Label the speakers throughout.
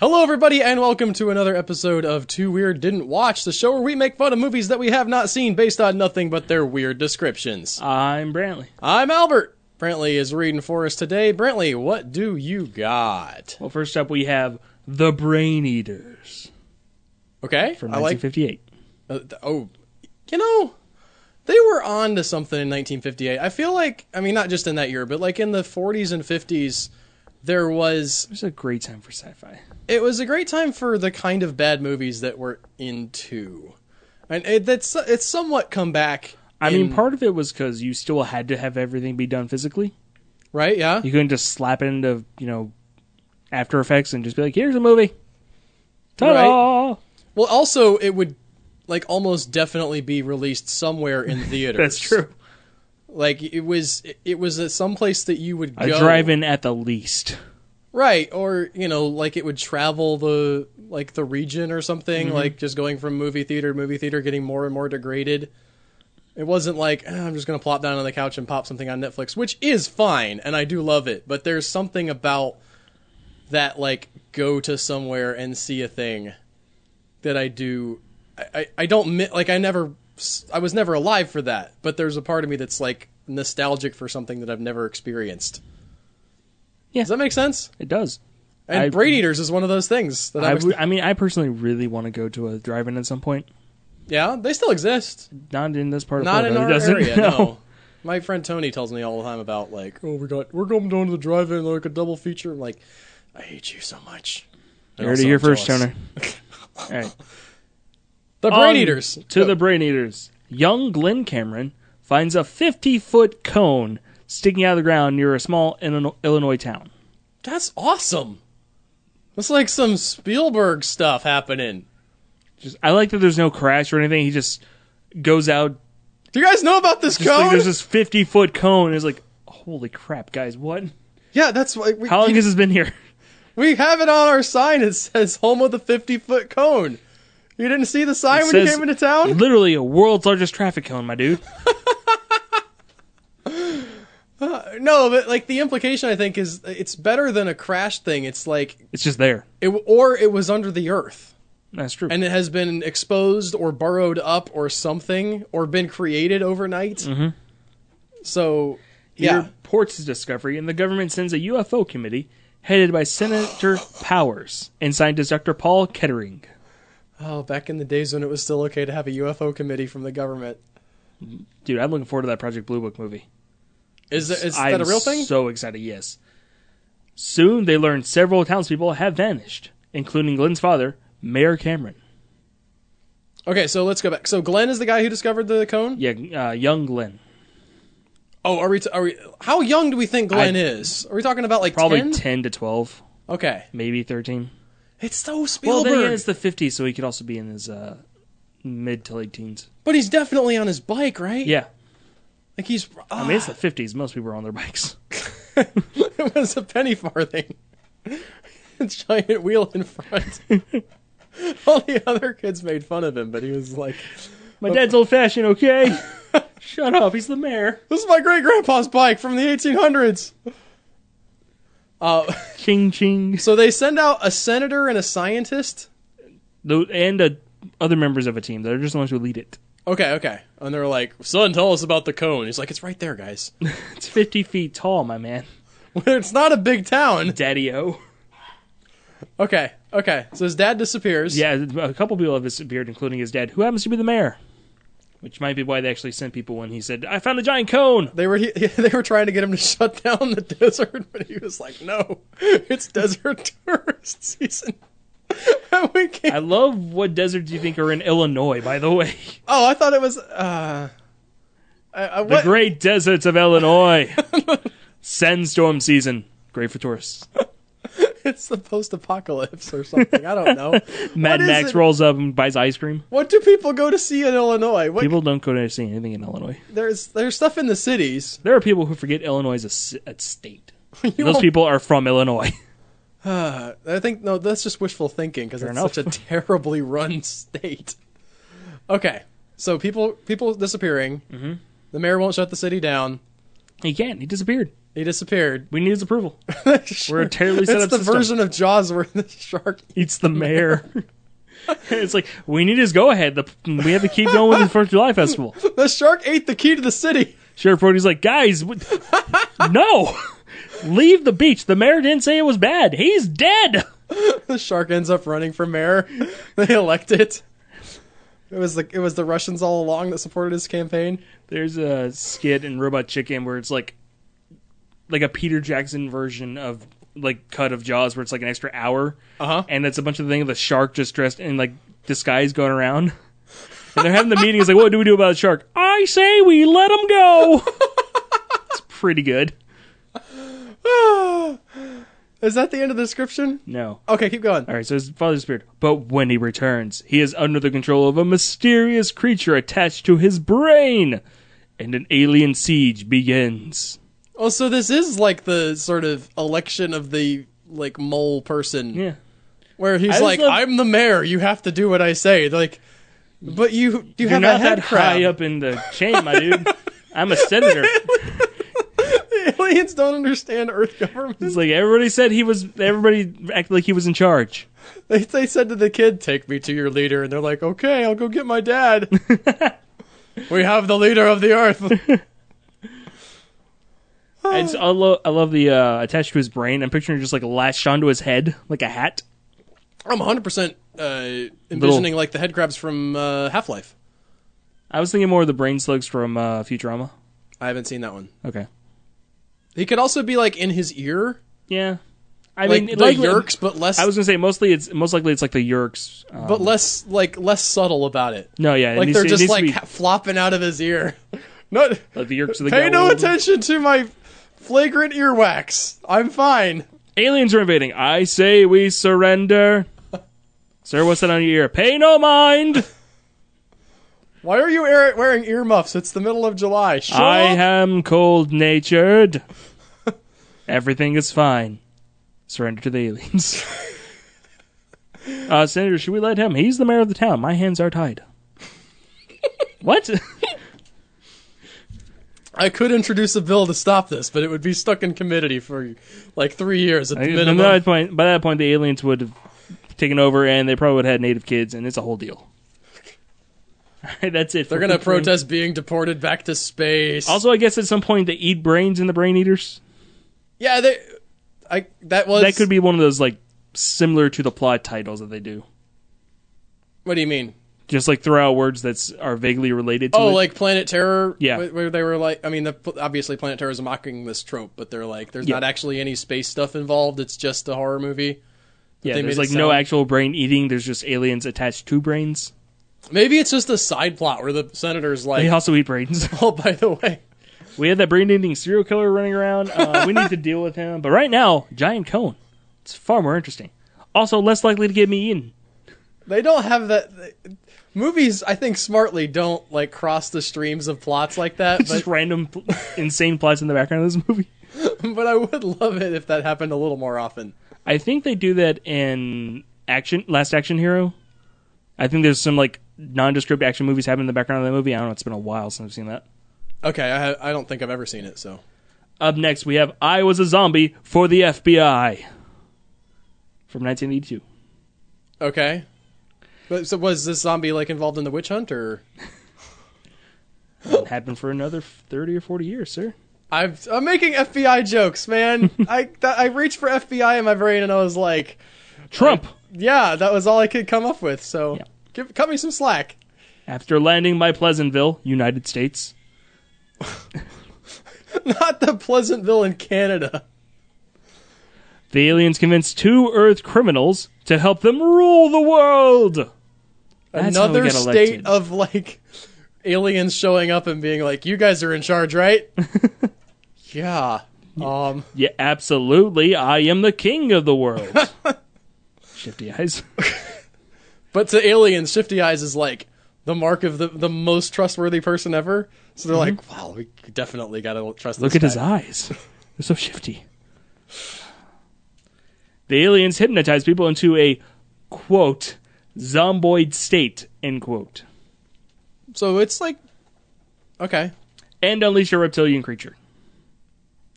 Speaker 1: Hello, everybody, and welcome to another episode of Too Weird Didn't Watch, the show where we make fun of movies that we have not seen based on nothing but their weird descriptions.
Speaker 2: I'm Brantley.
Speaker 1: I'm Albert. Brantley is reading for us today. Brantley, what do you got?
Speaker 2: Well, first up, we have The Brain Eaters
Speaker 1: Okay,
Speaker 2: from
Speaker 1: I like.
Speaker 2: 1958.
Speaker 1: Uh, th- oh, you know, they were on to something in 1958. I feel like, I mean, not just in that year, but like in the 40s and 50s, there was
Speaker 2: It was a great time for sci-fi.
Speaker 1: it was a great time for the kind of bad movies that we're into, and it, that's it's somewhat come back.
Speaker 2: I mean,
Speaker 1: in-
Speaker 2: part of it was because you still had to have everything be done physically.
Speaker 1: right? Yeah,
Speaker 2: You couldn't just slap it into you know After Effects and just be like, "Here's a movie." Ta-da!
Speaker 1: Well, also it would like almost definitely be released somewhere in theaters.
Speaker 2: That's true.
Speaker 1: Like it was, it was at some place that you would
Speaker 2: A
Speaker 1: go
Speaker 2: drive-in at the least.
Speaker 1: right? Or you know, like it would travel the like the region or something. Like just going from movie theater to movie theater, getting more and more degraded. It wasn't like "Ah, I'm just gonna plop down on the couch and pop something on Netflix, which is fine, and I do love it. But there's something about that like go to somewhere and see a thing that I do. I, I, I don't mi- like I never s- I was never alive for that, but there's a part of me that's like nostalgic for something that I've never experienced.
Speaker 2: Yeah.
Speaker 1: Does that make sense?
Speaker 2: It does.
Speaker 1: And
Speaker 2: I-
Speaker 1: Brain Eaters is one of those things that
Speaker 2: I,
Speaker 1: I
Speaker 2: would, I mean, I personally really want to go to a drive-in at some point.
Speaker 1: yeah, they still exist.
Speaker 2: Not in this part of
Speaker 1: Not
Speaker 2: Florida.
Speaker 1: in
Speaker 2: It
Speaker 1: our
Speaker 2: doesn't-
Speaker 1: area, no. My friend Tony tells me all the time about like, oh, we got we're going down to the drive-in like a double feature. I'm like, I hate you so much.
Speaker 2: You heard it here first, Toner. All right.
Speaker 1: The Brain
Speaker 2: On
Speaker 1: Eaters
Speaker 2: Um, To the Brain Eaters. Young Glenn Cameron finds a 50 foot cone sticking out of the ground near a small Illino- Illinois town.
Speaker 1: That's awesome. That's like some Spielberg stuff happening.
Speaker 2: Just, I like that there's no crash or anything. He just goes out.
Speaker 1: Do you guys know about this
Speaker 2: Just like
Speaker 1: cone?
Speaker 2: there's this 50 foot cone. And it's like, holy crap, guys, what?
Speaker 1: yeah, that's why we,
Speaker 2: How long has this been here?
Speaker 1: we have it on our sign. It says home of the 50 foot cone. You didn't see the sign
Speaker 2: It
Speaker 1: when you
Speaker 2: says
Speaker 1: came into town?
Speaker 2: Literally a world's largest traffic cone, my dude.
Speaker 1: No, but like the implication I think is it's better than a crash thing. It's like
Speaker 2: It's just there.
Speaker 1: it or it was under the earth
Speaker 2: That's true.
Speaker 1: and it has been exposed or burrowed up or something or been created overnight.
Speaker 2: Mm-hmm.
Speaker 1: So yeah.
Speaker 2: reports his discovery, and the government sends a UFO committee headed by Senator Powers and scientist Dr. Paul Kettering.
Speaker 1: Oh, back in the days when it was still okay to have a UFO committee from the government.
Speaker 2: Dude, I'm looking forward to that Project Blue Book movie.
Speaker 1: Is, that is
Speaker 2: I'm
Speaker 1: that a real thing?
Speaker 2: So excited, yes. Soon they learn several townspeople have vanished, including Glenn's father, Mayor Cameron.
Speaker 1: okay, so let's go back. So Glenn is the guy who discovered the cone.
Speaker 2: Yeah, uh, young Glenn,
Speaker 1: Oh, are we? T- are we? How young do we think Glenn
Speaker 2: I-
Speaker 1: is? Are we talking about like
Speaker 2: probably
Speaker 1: 10?
Speaker 2: 10 to 12,
Speaker 1: Okay,
Speaker 2: maybe 13.
Speaker 1: it's so
Speaker 2: Well,
Speaker 1: Spielberg,
Speaker 2: then again, it's the 50s, so he could also be in his uh, mid to late teens.
Speaker 1: but he's definitely on his bike, right?
Speaker 2: Yeah,
Speaker 1: like he's. ah.
Speaker 2: I mean it's the 50s. Most people are on their bikes.
Speaker 1: it was a penny farthing. a giant wheel in front. All the other kids made fun of him, but he was like,
Speaker 2: My dad's old fashioned, okay? Shut up, he's the mayor.
Speaker 1: "This is my great grandpa's bike from the 1800s." Uh,
Speaker 2: Ching ching.
Speaker 1: so they send out a senator and a scientist.
Speaker 2: Tho- And uh, other members of a team. They're just the ones who lead it.
Speaker 1: Okay, okay. And they're like, "Son, tell us about the cone." He's like, "It's right there, guys."
Speaker 2: It's 50 feet tall, my man.
Speaker 1: it's not a big town.
Speaker 2: Daddy O.
Speaker 1: Okay, okay. So his dad disappears.
Speaker 2: Yeah, a couple people have disappeared, including his dad, who happens to be the mayor. Which might be why they actually sent people when he said, I found a giant cone.
Speaker 1: They were he, they were trying to get him to shut down the desert, but he was like, "No, it's desert tourist season." And we can't-
Speaker 2: I love what deserts you think are in Illinois, by the way.
Speaker 1: oh, I thought it was. Uh, I, I,
Speaker 2: The
Speaker 1: what?
Speaker 2: great deserts of Illinois. Sandstorm season. Great for tourists.
Speaker 1: it's the post-apocalypse or something. I don't know.
Speaker 2: Mad
Speaker 1: is
Speaker 2: Max
Speaker 1: it?
Speaker 2: rolls up and buys ice cream.
Speaker 1: what do people go to see in Illinois? What,
Speaker 2: People don't go to see anything in Illinois.
Speaker 1: there's there's stuff in the cities.
Speaker 2: There are people who forget Illinois is a s- a, state.
Speaker 1: You
Speaker 2: Those
Speaker 1: won't-
Speaker 2: people are from Illinois.
Speaker 1: Uh, I think no, that's just wishful thinking because it's
Speaker 2: enough.
Speaker 1: such a terribly run state. Okay, so people people disappearing. Mm-hmm. The mayor won't shut the city down.
Speaker 2: He can't. He disappeared.
Speaker 1: He disappeared.
Speaker 2: We need his approval.
Speaker 1: We're
Speaker 2: a terribly set
Speaker 1: It's
Speaker 2: up
Speaker 1: the
Speaker 2: system.
Speaker 1: version of Jaws where the shark.
Speaker 2: Eats the mayor. it's like we need his go ahead. We have to keep going with the Fourth of July festival.
Speaker 1: The shark ate the key to the city.
Speaker 2: Sheriff Brody's like, guys, w- no, leave the beach. The mayor didn't say it was bad. He's dead.
Speaker 1: The shark ends up running for mayor. They elect it. It was the it was the Russians all along that supported his campaign.
Speaker 2: There's a skit in Robot Chicken where it's like, like a Peter Jackson version of like cut of Jaws, where it's like an extra hour,
Speaker 1: Uh-huh.
Speaker 2: and it's a bunch of the thing of the shark just dressed in like disguise going around. And they're having the meeting. It's like, what do we do about the shark? I say we let him go. it's pretty good.
Speaker 1: Is that the end of the description?
Speaker 2: No.
Speaker 1: Okay, keep going.
Speaker 2: All right, so his father disappeared, but when he returns, he is under the control of a mysterious creature attached to his brain, and an alien siege begins.
Speaker 1: Oh, so this is like the sort of election of the like mole person,
Speaker 2: Yeah,
Speaker 1: where he's
Speaker 2: just
Speaker 1: like,
Speaker 2: love-
Speaker 1: "I'm the mayor. You have to do what I say." They're like, but you you
Speaker 2: you're
Speaker 1: have
Speaker 2: not
Speaker 1: a head
Speaker 2: that
Speaker 1: crab.
Speaker 2: high up in the chain, my dude. I'm a senator.
Speaker 1: Aliens don't understand Earth government.
Speaker 2: It's like everybody said he was. Everybody acted like he was in charge.
Speaker 1: They, they said to the kid, "Take me to your leader," and they're like, "Okay, I'll go get my dad." we have the leader of the Earth.
Speaker 2: I, just, I, lo- I love the uh, attached to his brain. I'm picturing it just like latched onto his head like a hat.
Speaker 1: I'm 100 percent uh, envisioning like the head crabs from uh, Half Life.
Speaker 2: I was thinking more of the brain slugs from uh, Futurama.
Speaker 1: I haven't seen that one.
Speaker 2: Okay,
Speaker 1: He could also be like in his ear,
Speaker 2: yeah. I
Speaker 1: like
Speaker 2: mean,
Speaker 1: the
Speaker 2: likely-
Speaker 1: Yerks, but less,
Speaker 2: I was gonna say mostly it's most likely it's like the Yerks. Uh,
Speaker 1: but less like less subtle about it.
Speaker 2: no, yeah, it
Speaker 1: like
Speaker 2: needs
Speaker 1: they're
Speaker 2: to- it
Speaker 1: just
Speaker 2: needs to
Speaker 1: like
Speaker 2: be-
Speaker 1: ha- flopping out of his ear. Not
Speaker 2: like the Yerks. Of the
Speaker 1: pay no
Speaker 2: Galilean.
Speaker 1: attention to my flagrant earwax. I'm fine.
Speaker 2: Aliens are invading. I say we surrender. Sir, what's that on your ear? Pay no mind.
Speaker 1: Why are you air- wearing earmuffs? It's the middle of July. Shut
Speaker 2: I
Speaker 1: up.
Speaker 2: am cold natured. Everything is fine. Surrender to the aliens. uh, Senator, should we let him? He's the mayor of the town. My hands are tied. what?
Speaker 1: I could introduce a bill to stop this, but it would be stuck in committee for like three years at the
Speaker 2: By
Speaker 1: minimum.
Speaker 2: that point, by that point, the aliens would have taken over, and they probably would have had native kids, and it's a whole deal. All right, that's it.
Speaker 1: They're gonna protest being deported back to space.
Speaker 2: Also, I guess at some point they eat brains in the brain eaters.
Speaker 1: yeah, they. I that was
Speaker 2: That could be one of those like similar to the plot titles that they do.
Speaker 1: What do you mean?
Speaker 2: Just like throw out words that's are vaguely related to
Speaker 1: Oh,
Speaker 2: it.
Speaker 1: like Planet Terror.
Speaker 2: Yeah.
Speaker 1: where, where they were like, I mean, the, obviously Planet Terror is mocking this trope, but they're like, there's
Speaker 2: Yeah.
Speaker 1: not actually any space stuff involved. It's just a horror movie.
Speaker 2: yeah,
Speaker 1: they
Speaker 2: there's
Speaker 1: made
Speaker 2: like
Speaker 1: it
Speaker 2: no
Speaker 1: sound-
Speaker 2: actual brain eating. There's just aliens attached to brains.
Speaker 1: Maybe it's just a side plot where the senator's
Speaker 2: They
Speaker 1: like,
Speaker 2: also eat brains.
Speaker 1: oh, by the way,
Speaker 2: we had that brain eating serial killer running around. Uh, we need to deal with him. But right now, giant cone. It's far more interesting. Also, less likely to get me eaten.
Speaker 1: they don't have that. movies, I think, smartly don't like cross the streams of plots like that. but
Speaker 2: just random pl- insane plots in the background of this movie.
Speaker 1: but I would love it if that happened a little more often.
Speaker 2: I think they do that in Action Last Action Hero. I think there's some like nondescript action movies happening in the background of that movie. I don't know. It's been a while since I've seen that.
Speaker 1: Okay, I ha- I don't think I've ever seen it. So
Speaker 2: Up next, we have "I Was a Zombie" for the FBI from 1982.
Speaker 1: okay, but so was this zombie like involved in the witch hunt or? Oh.
Speaker 2: It happened for another 30 or 40 years, sir.
Speaker 1: I'm, I'm making FBI jokes, man. I th- I reached for FBI in my brain, and I was like,
Speaker 2: Trump.
Speaker 1: yeah, that was all I could come up with. So
Speaker 2: Yeah.
Speaker 1: give, cut me some slack.
Speaker 2: After landing by Pleasantville, United States,
Speaker 1: Not the Pleasantville in Canada.
Speaker 2: the aliens convince two Earth criminals to help them rule the world. That's how we
Speaker 1: Another
Speaker 2: get
Speaker 1: state
Speaker 2: elected.
Speaker 1: of like aliens showing up and being like, you guys are in charge, right? yeah. Um.
Speaker 2: Yeah, absolutely. I am the king of the world. Shifty eyes.
Speaker 1: But to aliens, Shifty Eyes is like the mark of the the most trustworthy person ever. So they're like, wow, we definitely gotta trust.
Speaker 2: Mm-hmm. Look
Speaker 1: this
Speaker 2: at his
Speaker 1: guy."
Speaker 2: eyes. They're so shifty. The aliens hypnotize people into a quote zomboid state end quote
Speaker 1: So it's like, okay.
Speaker 2: and unleash a reptilian creature.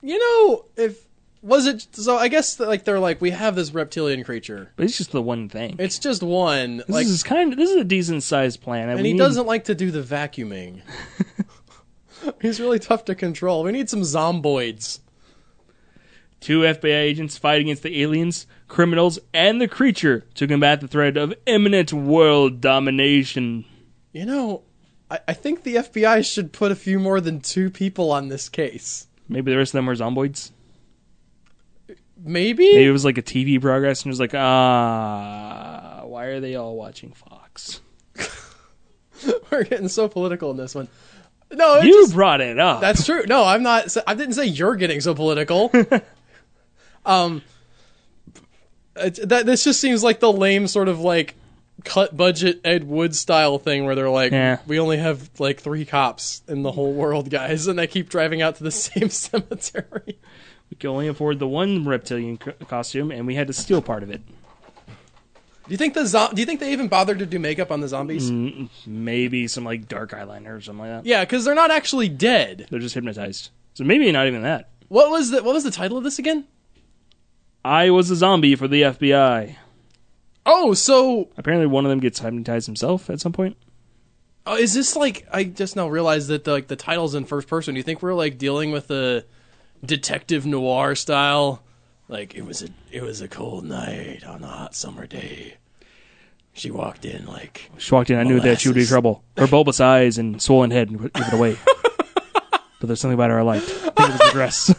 Speaker 1: you know, if was it so? I guess like they're like we have this reptilian creature.
Speaker 2: But it's just the one thing.
Speaker 1: It's just one.
Speaker 2: this
Speaker 1: like,
Speaker 2: is kind of this is a decent sized planet.
Speaker 1: and
Speaker 2: we
Speaker 1: he
Speaker 2: need-
Speaker 1: doesn't like to do the vacuuming. He's really tough to control. We need some zomboids.
Speaker 2: Two FBI agents fight against the aliens, criminals, and the creature to combat the threat of imminent world domination.
Speaker 1: You know, I, I think the FBI should put a few more than two people on this case.
Speaker 2: Maybe the rest of them were zomboids.
Speaker 1: Maybe.
Speaker 2: Maybe it was like a TV progress, and it was like, ah, why are they all watching Fox?
Speaker 1: We're getting so political in this one. No, it
Speaker 2: You
Speaker 1: just-
Speaker 2: brought it up.
Speaker 1: that's true. No, I'm not. I didn't say you're getting so political. um, it, that this just seems like the lame sort of like cut budget Ed Wood style thing where they're like,
Speaker 2: Yeah.
Speaker 1: we only have like three cops in the whole world, guys, and they keep driving out to the same cemetery.
Speaker 2: we could only afford the one reptilian co- costume, and we had to steal part of it.
Speaker 1: Do you think the zo- Do you think they even bothered to do makeup on the zombies? Yeah,
Speaker 2: Maybe some like dark eyeliner or something like that.
Speaker 1: Yeah, because they're not actually dead.
Speaker 2: They're just hypnotized. So maybe not even that.
Speaker 1: What was the What was the title of this again?
Speaker 2: I was a zombie for the FBI.
Speaker 1: Oh, so
Speaker 2: Apparently, one of them gets hypnotized himself at some point.
Speaker 1: Oh, is this like I just now realized that the, like the title's in first person? Do you think we're like dealing with the detective noir style? Like it was a it was a cold night on a hot summer day. She walked in like
Speaker 2: She walked in. I
Speaker 1: Oh,
Speaker 2: knew that she would be
Speaker 1: Molasses.
Speaker 2: trouble. Her bulbous eyes and swollen head would give it away. but there's something about her I liked. I think it was the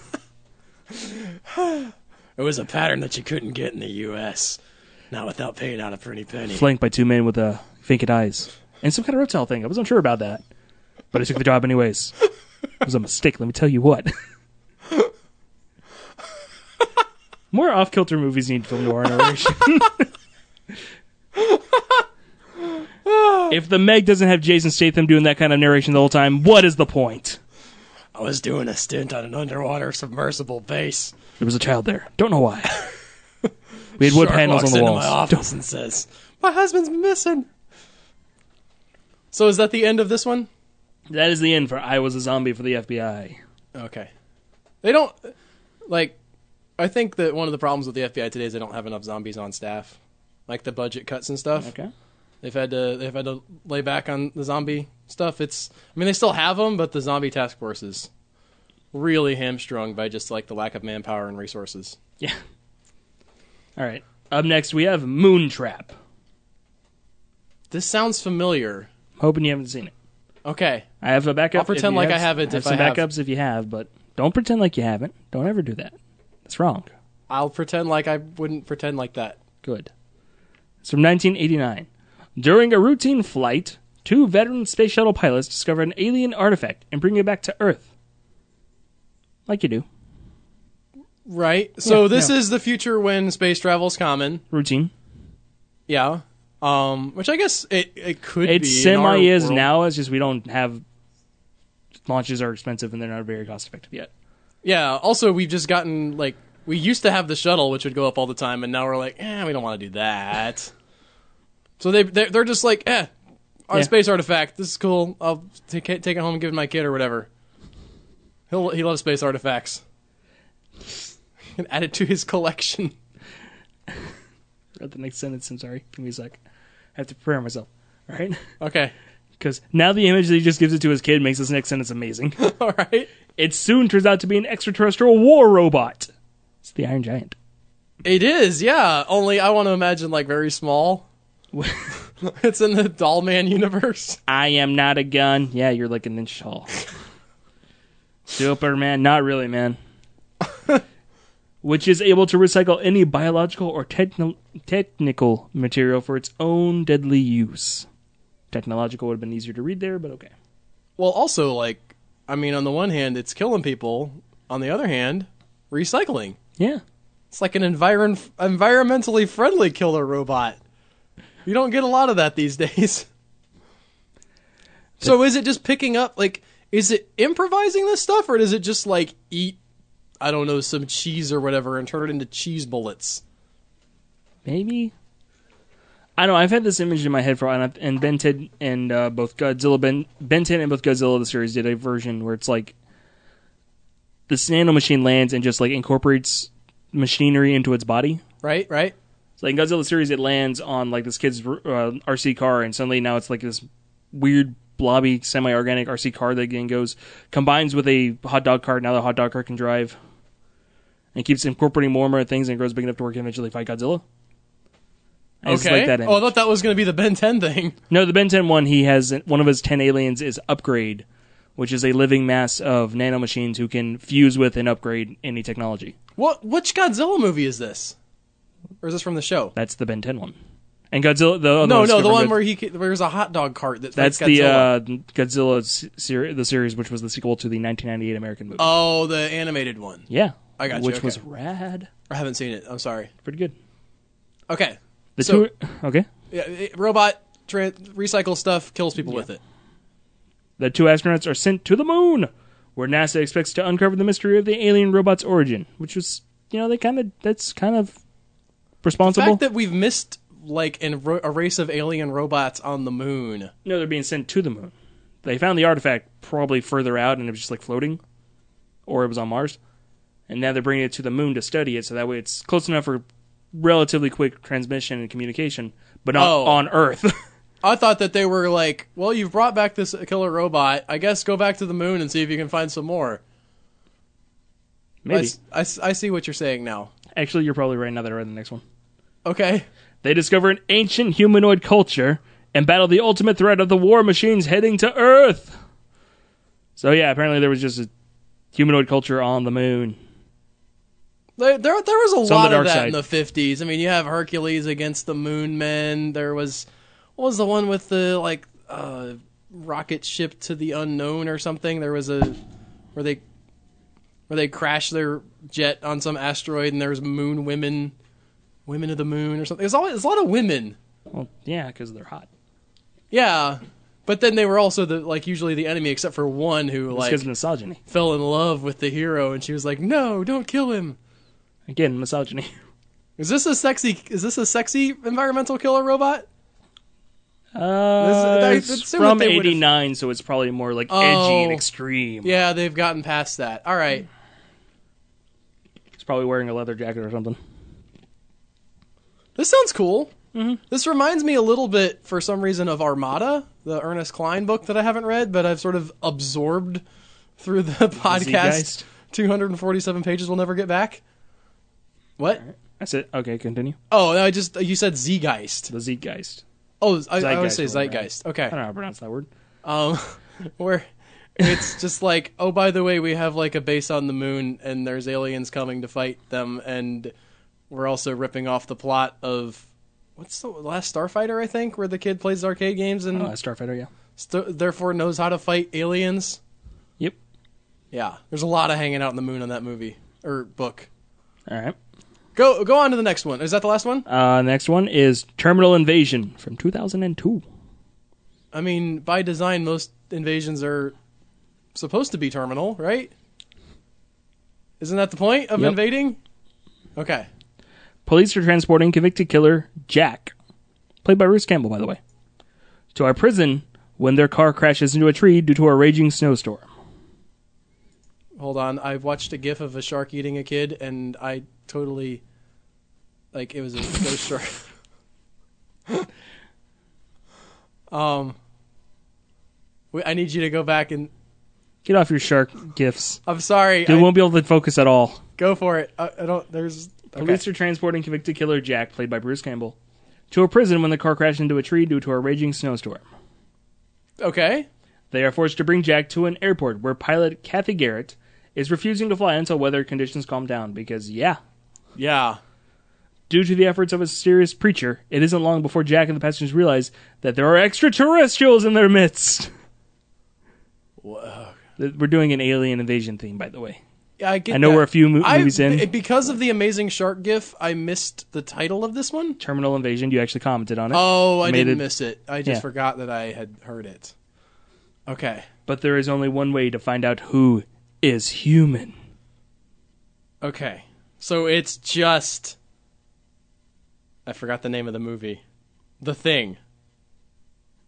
Speaker 2: dress.
Speaker 1: it was a pattern that you couldn't get in the U.S. Not without paying out a pretty penny.
Speaker 2: flanked by two men with uh, vacant eyes and some kind of reptile thing. I wasn't sure about that, but I took the job anyways. It was a mistake. Let me tell you what. More off kilter movies need film noir narration. if the Meg doesn't have Jason Statham doing that kind of narration the whole time, what is the point?
Speaker 1: I was doing a stint on an underwater submersible base.
Speaker 2: There was a child there. Don't know why. We had wood
Speaker 1: Shark
Speaker 2: panels on
Speaker 1: walks
Speaker 2: the
Speaker 1: into
Speaker 2: walls.
Speaker 1: my office and says, "My husband's missing." So is that the end of this one?
Speaker 2: That is the end for I was a zombie for the FBI.
Speaker 1: Okay. They don't like I think that one of the problems with the FBI today is they don't have enough zombies on staff. Like the budget cuts and stuff.
Speaker 2: Okay.
Speaker 1: They've had to they've had to lay back on the zombie stuff. It's I mean they still have them, but the zombie task force is really hamstrung by just like the lack of manpower and resources.
Speaker 2: Yeah. All right. Up next, we have Moontrap.
Speaker 1: This sounds familiar.
Speaker 2: Hoping you haven't seen it.
Speaker 1: Okay.
Speaker 2: I have a backup.
Speaker 1: I'll pretend
Speaker 2: if you
Speaker 1: like
Speaker 2: have-
Speaker 1: I have it
Speaker 2: I have
Speaker 1: if
Speaker 2: some
Speaker 1: I have.
Speaker 2: backups if you have, but don't pretend like you haven't. Don't ever do that. That's wrong.
Speaker 1: I'll pretend like I wouldn't pretend like that.
Speaker 2: Good. It's from 1989. During a routine flight, two veteran space shuttle pilots discover an alien artifact and bring it back to Earth. Like you do.
Speaker 1: Right? So
Speaker 2: Yeah,
Speaker 1: this
Speaker 2: yeah.
Speaker 1: is the future when space travel's common.
Speaker 2: Routine.
Speaker 1: Yeah. Um, which I guess it, it could
Speaker 2: It
Speaker 1: be.
Speaker 2: semi
Speaker 1: in our
Speaker 2: is
Speaker 1: world.
Speaker 2: now. It's just we don't have. Launches are expensive and they're not very cost effective yet.
Speaker 1: Yeah. Also, we've just gotten like we used to have the shuttle, which would go up all the time, and now we're like, eh, we don't want to do that. so they they're, they're just like, eh, our
Speaker 2: Yeah.
Speaker 1: space artifact. This is cool. I'll take it- take it home and give it to my kid or whatever. He'll he loves space artifacts. And add it to his collection.
Speaker 2: read the next sentence. I'm sorry. Give me a sec. I have to prepare myself. All right?
Speaker 1: Okay.
Speaker 2: Because now the image that he just gives it to his kid makes this next sentence amazing.
Speaker 1: All right.
Speaker 2: it soon turns out to be an extraterrestrial war robot. It's the Iron Giant.
Speaker 1: It is, yeah. Only I want to imagine like very small. it's in the Doll Man universe.
Speaker 2: I am not a gun. Yeah, you're like an inch tall. Superman, not really, man. Which is able to recycle any biological or techno- technical material for its own deadly use. Technological would have been easier to read there, but okay.
Speaker 1: Well, also, like, I mean, on the one hand, it's killing people. On the other hand, recycling.
Speaker 2: Yeah.
Speaker 1: It's like an environ- environmentally friendly killer robot. You don't get a lot of that these days. so is it just picking up, like, is it improvising this stuff, or does it just, like, eat, I don't know, some cheese or whatever and turn it into cheese bullets?
Speaker 2: maybe. I don't know. I've had this image in my head for a while, and, I've- and Ben 10 and uh, both Godzilla, Ben, ben 10 and both Godzilla the series did a version where it's like this nano machine lands and just like incorporates machinery into its body.
Speaker 1: Right, right.
Speaker 2: So like in Godzilla series, it lands on like this kid's uh, RC car, and suddenly now it's like this weird blobby semi-organic RC car that again goes combines with a hot dog cart. Now the hot dog cart can drive, and keeps incorporating more and more things, and it grows big enough to where it can eventually fight Godzilla. I just
Speaker 1: Okay.
Speaker 2: like that
Speaker 1: oh, I
Speaker 2: image.
Speaker 1: thought that was going to be the Ben 10 thing.
Speaker 2: No, the Ben 10 one, he has one of his 10 aliens is Upgrade, which is a living mass of nanomachines who can fuse with and upgrade any technology.
Speaker 1: What? Which Godzilla movie is this? Or is this from the show?
Speaker 2: That's the Ben 10 one. And Godzilla, the other
Speaker 1: No,
Speaker 2: one's
Speaker 1: no, the
Speaker 2: different.
Speaker 1: one
Speaker 2: Go-
Speaker 1: where he ca- where there's a hot dog cart that
Speaker 2: That's
Speaker 1: fights
Speaker 2: the
Speaker 1: Godzilla.
Speaker 2: uh, Godzilla se- seri- the series, which was the sequel to the 1998 American movie.
Speaker 1: oh, the animated one.
Speaker 2: yeah,
Speaker 1: I got you,
Speaker 2: which
Speaker 1: okay.
Speaker 2: was rad,
Speaker 1: I haven't seen it. I'm sorry.
Speaker 2: pretty good.
Speaker 1: Okay.
Speaker 2: The
Speaker 1: So-
Speaker 2: two, okay,
Speaker 1: Yeah, it- robot tra- recycle stuff kills people with it.
Speaker 2: the two astronauts are sent to the moon, where NASA expects to uncover the mystery of the alien robot's origin, which was, you know, they kind of that's kind of
Speaker 1: The
Speaker 2: responsible.
Speaker 1: fact that we've missed like an, ro- a race of alien robots on the moon.
Speaker 2: No, they're being sent to the moon. They found the artifact probably further out and it was just like floating, or it was on Mars. And now they're bringing it to the moon to study it, so that way it's close enough for relatively quick transmission and communication, but not
Speaker 1: Oh.
Speaker 2: on Earth.
Speaker 1: I thought that they were like, well, you've brought back this killer robot. I guess go back to the moon and see if you can find some more. I
Speaker 2: Maybe.
Speaker 1: s- I, s- I see what you're saying now.
Speaker 2: Actually, you're probably right now that I read the next one.
Speaker 1: Okay.
Speaker 2: They discover an ancient humanoid culture and battle the ultimate threat of the war machines heading to Earth. So yeah, apparently there was just a humanoid culture on the moon.
Speaker 1: There, there, there was a
Speaker 2: Some of
Speaker 1: lot
Speaker 2: the
Speaker 1: of
Speaker 2: dark
Speaker 1: that
Speaker 2: side.
Speaker 1: in the fifties. I mean, you have Hercules against the Moon Men. There was, what was the one with the like uh, rocket ship to the unknown or something? There was a where they where they crashed their jet on some asteroid, and there was moon women, women of the moon or something. There's always there's a lot of women.
Speaker 2: Well, yeah, because they're hot.
Speaker 1: Yeah, but then they were also the like usually the enemy, except for one who like
Speaker 2: Because misogyny.
Speaker 1: fell in love with the hero, and she was like, "No, don't kill him."
Speaker 2: Again, misogyny.
Speaker 1: Is this a sexy? Is this a sexy environmental killer robot?
Speaker 2: Uh,
Speaker 1: This- that's-
Speaker 2: it's
Speaker 1: that's what
Speaker 2: from
Speaker 1: they would've-
Speaker 2: '89, so it's probably more like edgy
Speaker 1: Oh.
Speaker 2: and extreme.
Speaker 1: Yeah, they've gotten past that. All right.
Speaker 2: He's probably wearing a leather jacket or something.
Speaker 1: This sounds cool. Mm-hmm. This reminds me a little bit, for some reason, of Armada, the Ernest Klein book that I haven't read, but I've sort of absorbed through the podcast.
Speaker 2: Zeitgeist?
Speaker 1: 247 pages we'll never get back. What?
Speaker 2: That's it. Okay, continue.
Speaker 1: Oh, I just you said Zeitgeist.
Speaker 2: The Zeitgeist.
Speaker 1: Oh, I, I always
Speaker 2: Zeitgeist
Speaker 1: say
Speaker 2: one, right?
Speaker 1: Zeitgeist.
Speaker 2: I don't
Speaker 1: Okay.
Speaker 2: know how to pronounce that word.
Speaker 1: Um, where it's just like, oh, by the way, we have like a base on the moon, and there's aliens coming to fight them, and we're also ripping off the plot of what's the last Starfighter, I think, where the kid plays arcade games and
Speaker 2: Oh, Starfighter. Yeah.
Speaker 1: st- therefore knows how to fight aliens.
Speaker 2: Yep.
Speaker 1: Yeah, there's a lot of hanging out in the moon on that movie or book.
Speaker 2: All right.
Speaker 1: Go go on to the next one. Is that the last one?
Speaker 2: Uh, next one is Terminal Invasion from 2002.
Speaker 1: I mean, by design, most invasions are supposed to be terminal, right? Isn't that the point of
Speaker 2: Yep.
Speaker 1: invading? Okay.
Speaker 2: Police are transporting convicted killer Jack, played by Bruce Campbell, by the way, to our prison when their car crashes into a tree due to a raging snowstorm.
Speaker 1: Hold on. I watched a gif of a shark eating a kid, and I totally. Like, it was a ghost shark. um. we- I need you to go back and.
Speaker 2: Get off your shark gifts.
Speaker 1: I'm sorry.
Speaker 2: They
Speaker 1: I-
Speaker 2: won't be able to focus at all.
Speaker 1: go for it. I, I don't. There's. Okay.
Speaker 2: Police are transporting convicted killer Jack, played by Bruce Campbell, to a prison when the car crashed into a tree due to a raging snowstorm.
Speaker 1: okay.
Speaker 2: They are forced to bring Jack to an airport where pilot Kathy Garrett is refusing to fly until weather conditions calm down because, yeah,
Speaker 1: Yeah.
Speaker 2: due to the efforts of a serious preacher, it isn't long before Jack and the passengers realize that there are extraterrestrials in their midst.
Speaker 1: Whoa.
Speaker 2: Th- We're doing an alien invasion theme, by the way.
Speaker 1: Yeah, I, get
Speaker 2: I know
Speaker 1: that.
Speaker 2: we're a few mo-
Speaker 1: I-
Speaker 2: movies in.
Speaker 1: Because of the amazing shark gif, I missed the title of this one.
Speaker 2: Terminal invasion, you actually commented on it.
Speaker 1: Oh, I
Speaker 2: Made
Speaker 1: didn't
Speaker 2: it-
Speaker 1: miss it. I just
Speaker 2: Yeah.
Speaker 1: forgot that I had heard it. Okay.
Speaker 2: But there is only one way to find out who is human.
Speaker 1: Okay. So it's just I forgot the name of the movie. The Thing.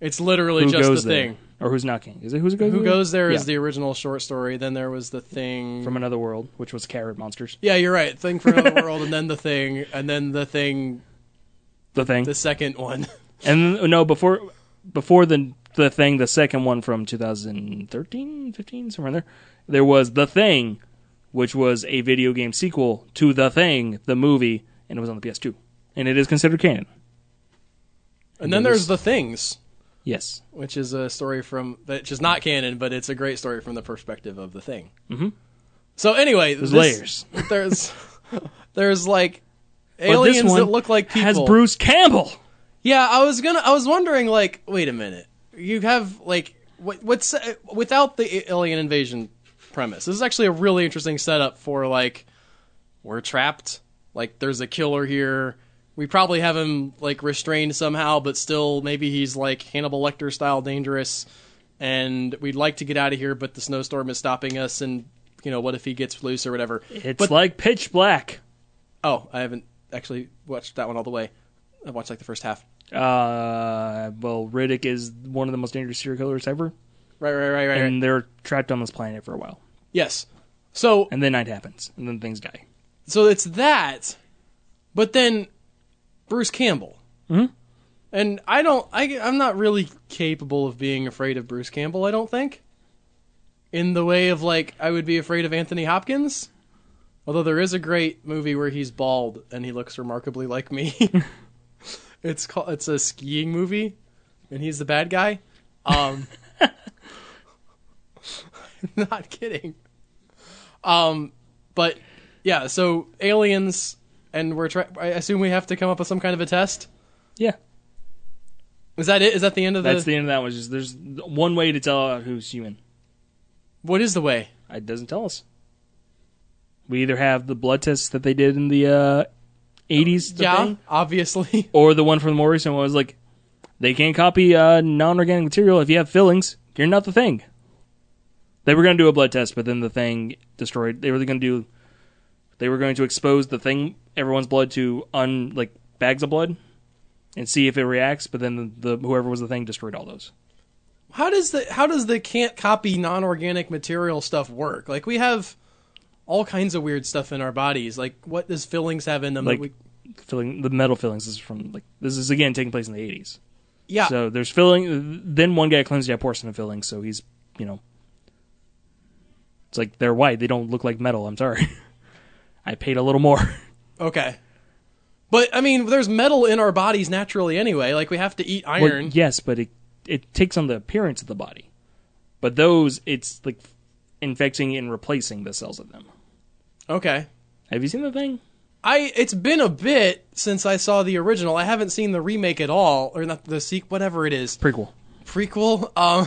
Speaker 1: It's literally
Speaker 2: Who
Speaker 1: just
Speaker 2: goes
Speaker 1: the
Speaker 2: there?
Speaker 1: thing.
Speaker 2: or who's not king? Is it who's going?
Speaker 1: Who goes there is
Speaker 2: Yeah.
Speaker 1: the original short story. Then there was the thing
Speaker 2: from another world, which was carrot monsters.
Speaker 1: Yeah, you're right. Thing from another world, and then the thing, and then the thing,
Speaker 2: The thing,
Speaker 1: the second one.
Speaker 2: and no before before the the thing, the second one from 2013, 15, somewhere in there. There was the thing, which was a video game sequel to the thing, the movie, and it was on the PS2, and it is considered canon.
Speaker 1: And then there's the things,
Speaker 2: Yes,
Speaker 1: which is a story from which is not canon, but it's a great story from the perspective of the thing. Mm-hmm. So anyway,
Speaker 2: there's
Speaker 1: this-
Speaker 2: layers.
Speaker 1: There's there's like
Speaker 2: But this
Speaker 1: aliens that
Speaker 2: one
Speaker 1: look like people.
Speaker 2: Has Bruce Campbell?
Speaker 1: Yeah, I was gonna. I was wondering, like, wait a minute. You have like what, what's uh, without the alien invasion premise. This is actually a really interesting setup for like we're trapped. Like, there's a killer here. We probably have him like restrained somehow, but still, maybe he's like Hannibal Lecter style dangerous. And we'd like to get out of here, but the snowstorm is stopping us. And you know, what if he gets loose or whatever?
Speaker 2: It's
Speaker 1: But-
Speaker 2: like pitch black.
Speaker 1: Oh, I haven't actually watched that one all the way. I watched like the first half.
Speaker 2: Uh, well, Riddick is one of the most dangerous serial killers ever,
Speaker 1: Right, right, right, right. right.
Speaker 2: and they're trapped on this planet for a while.
Speaker 1: Yes. So
Speaker 2: And then night happens, and then things die.
Speaker 1: so it's that, but then Bruce Campbell. Mm-hmm. And I don't. I I'm not really capable of being afraid of Bruce Campbell. I don't think. In the way of like, I would be afraid of Anthony Hopkins. Although there is a great movie where he's bald and he looks remarkably like me. it's called. It's a skiing movie, and he's the bad guy. Um, I'm not kidding. Um, but yeah, so aliens, and we're. Tra- I assume we have to come up with some kind of a test.
Speaker 2: Yeah,
Speaker 1: Is that it? Is that the end of the?
Speaker 2: that's the end of that one. Just there's one way to tell out who's human.
Speaker 1: What is the way?
Speaker 2: It doesn't tell us. We either have the blood test that they did in the uh, 80s, the
Speaker 1: yeah,
Speaker 2: thing,
Speaker 1: obviously.
Speaker 2: or the one from the more recent one was like, they can't copy uh, non-organic material if you have fillings. You're not the thing. They were going to do a blood test, but then the thing destroyed. They were going to do. They were going to expose the thing, everyone's blood to un like bags of blood, and see if it reacts. But then the, the whoever was the thing destroyed all those.
Speaker 1: How does the how does the can't copy non-organic material stuff work? Like we have all kinds of weird stuff in our bodies. Like what does fillings have in them? that
Speaker 2: Like
Speaker 1: we,
Speaker 2: filling the metal fillings this is from like this is again taking place in the 80s.
Speaker 1: yeah,
Speaker 2: So there's filling. Then one guy claims to have porcelain fillings, so he's you know, it's like they're white. They don't look like metal. I'm sorry, I paid a little more.
Speaker 1: okay. But I mean, there's metal in our bodies naturally anyway. Like we have to eat
Speaker 2: Well,
Speaker 1: iron.
Speaker 2: yes, but it it takes on the appearance of the body. But those, it's like infecting and replacing the cells of them.
Speaker 1: Okay.
Speaker 2: Have you seen the thing?
Speaker 1: I it's been a bit since I saw the original. I haven't seen the remake at all, or not the sequel, whatever it is,
Speaker 2: Prequel,
Speaker 1: prequel. Um,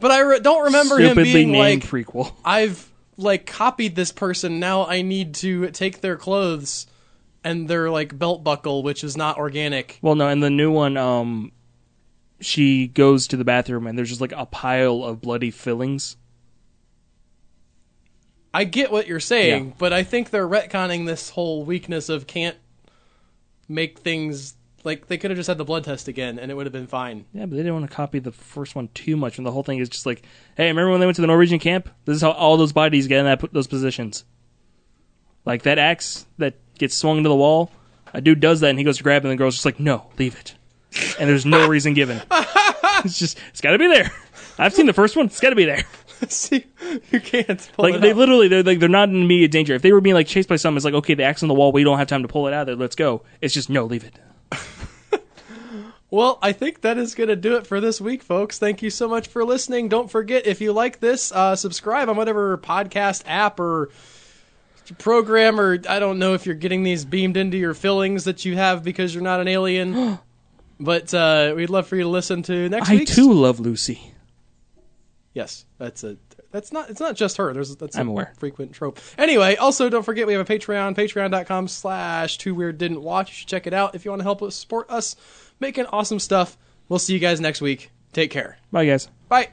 Speaker 1: but I re- don't remember him
Speaker 2: stupidly
Speaker 1: being
Speaker 2: named
Speaker 1: like,
Speaker 2: prequel.
Speaker 1: I've like copied this person. Now I need to take their clothes and their like belt buckle, which is not organic.
Speaker 2: Well, no, and the new one, um, she goes to the bathroom and there's just like a pile of bloody fillings.
Speaker 1: I get what you're saying,
Speaker 2: Yeah.
Speaker 1: but I think they're retconning this whole weakness of can't make things like they could have just had the blood test again and it would have been fine.
Speaker 2: Yeah, but they didn't want to copy the first one too much, and the whole thing is just like, hey, remember when they went to the Norwegian camp? This is how all those bodies get in that those positions. Like that axe that gets swung to the wall, a dude does that and he goes to grab it, and the girl's just like, no, leave it. And there's no reason given. It's just it's got to be there. I've seen the first one. It's got to be there.
Speaker 1: See, you can't pull
Speaker 2: Like
Speaker 1: it
Speaker 2: they
Speaker 1: up.
Speaker 2: literally, they're like they're not in immediate danger. If they were being like chased by something, it's like okay, the axe on the wall, we don't have time to pull it out of there. Let's go. It's just no, leave it.
Speaker 1: Well, I think that is going to do it for this week, folks. Thank you so much for listening. Don't forget, if you like this, uh, subscribe on whatever podcast app or program, or I don't know if you're getting these beamed into your fillings that you have because you're not an alien. but uh, we'd love for you to listen to next
Speaker 2: I
Speaker 1: week's.
Speaker 2: too love Lucy.
Speaker 1: Yes, that's a that's not it's not just her. There's that's
Speaker 2: I'm
Speaker 1: a
Speaker 2: aware.
Speaker 1: frequent trope. Anyway, also don't forget we have a Patreon, patreon.com slash two weird didn't watch. You should check it out if you want to help us support us making awesome stuff. We'll see you guys next week. Take care.
Speaker 2: Bye, guys.
Speaker 1: Bye.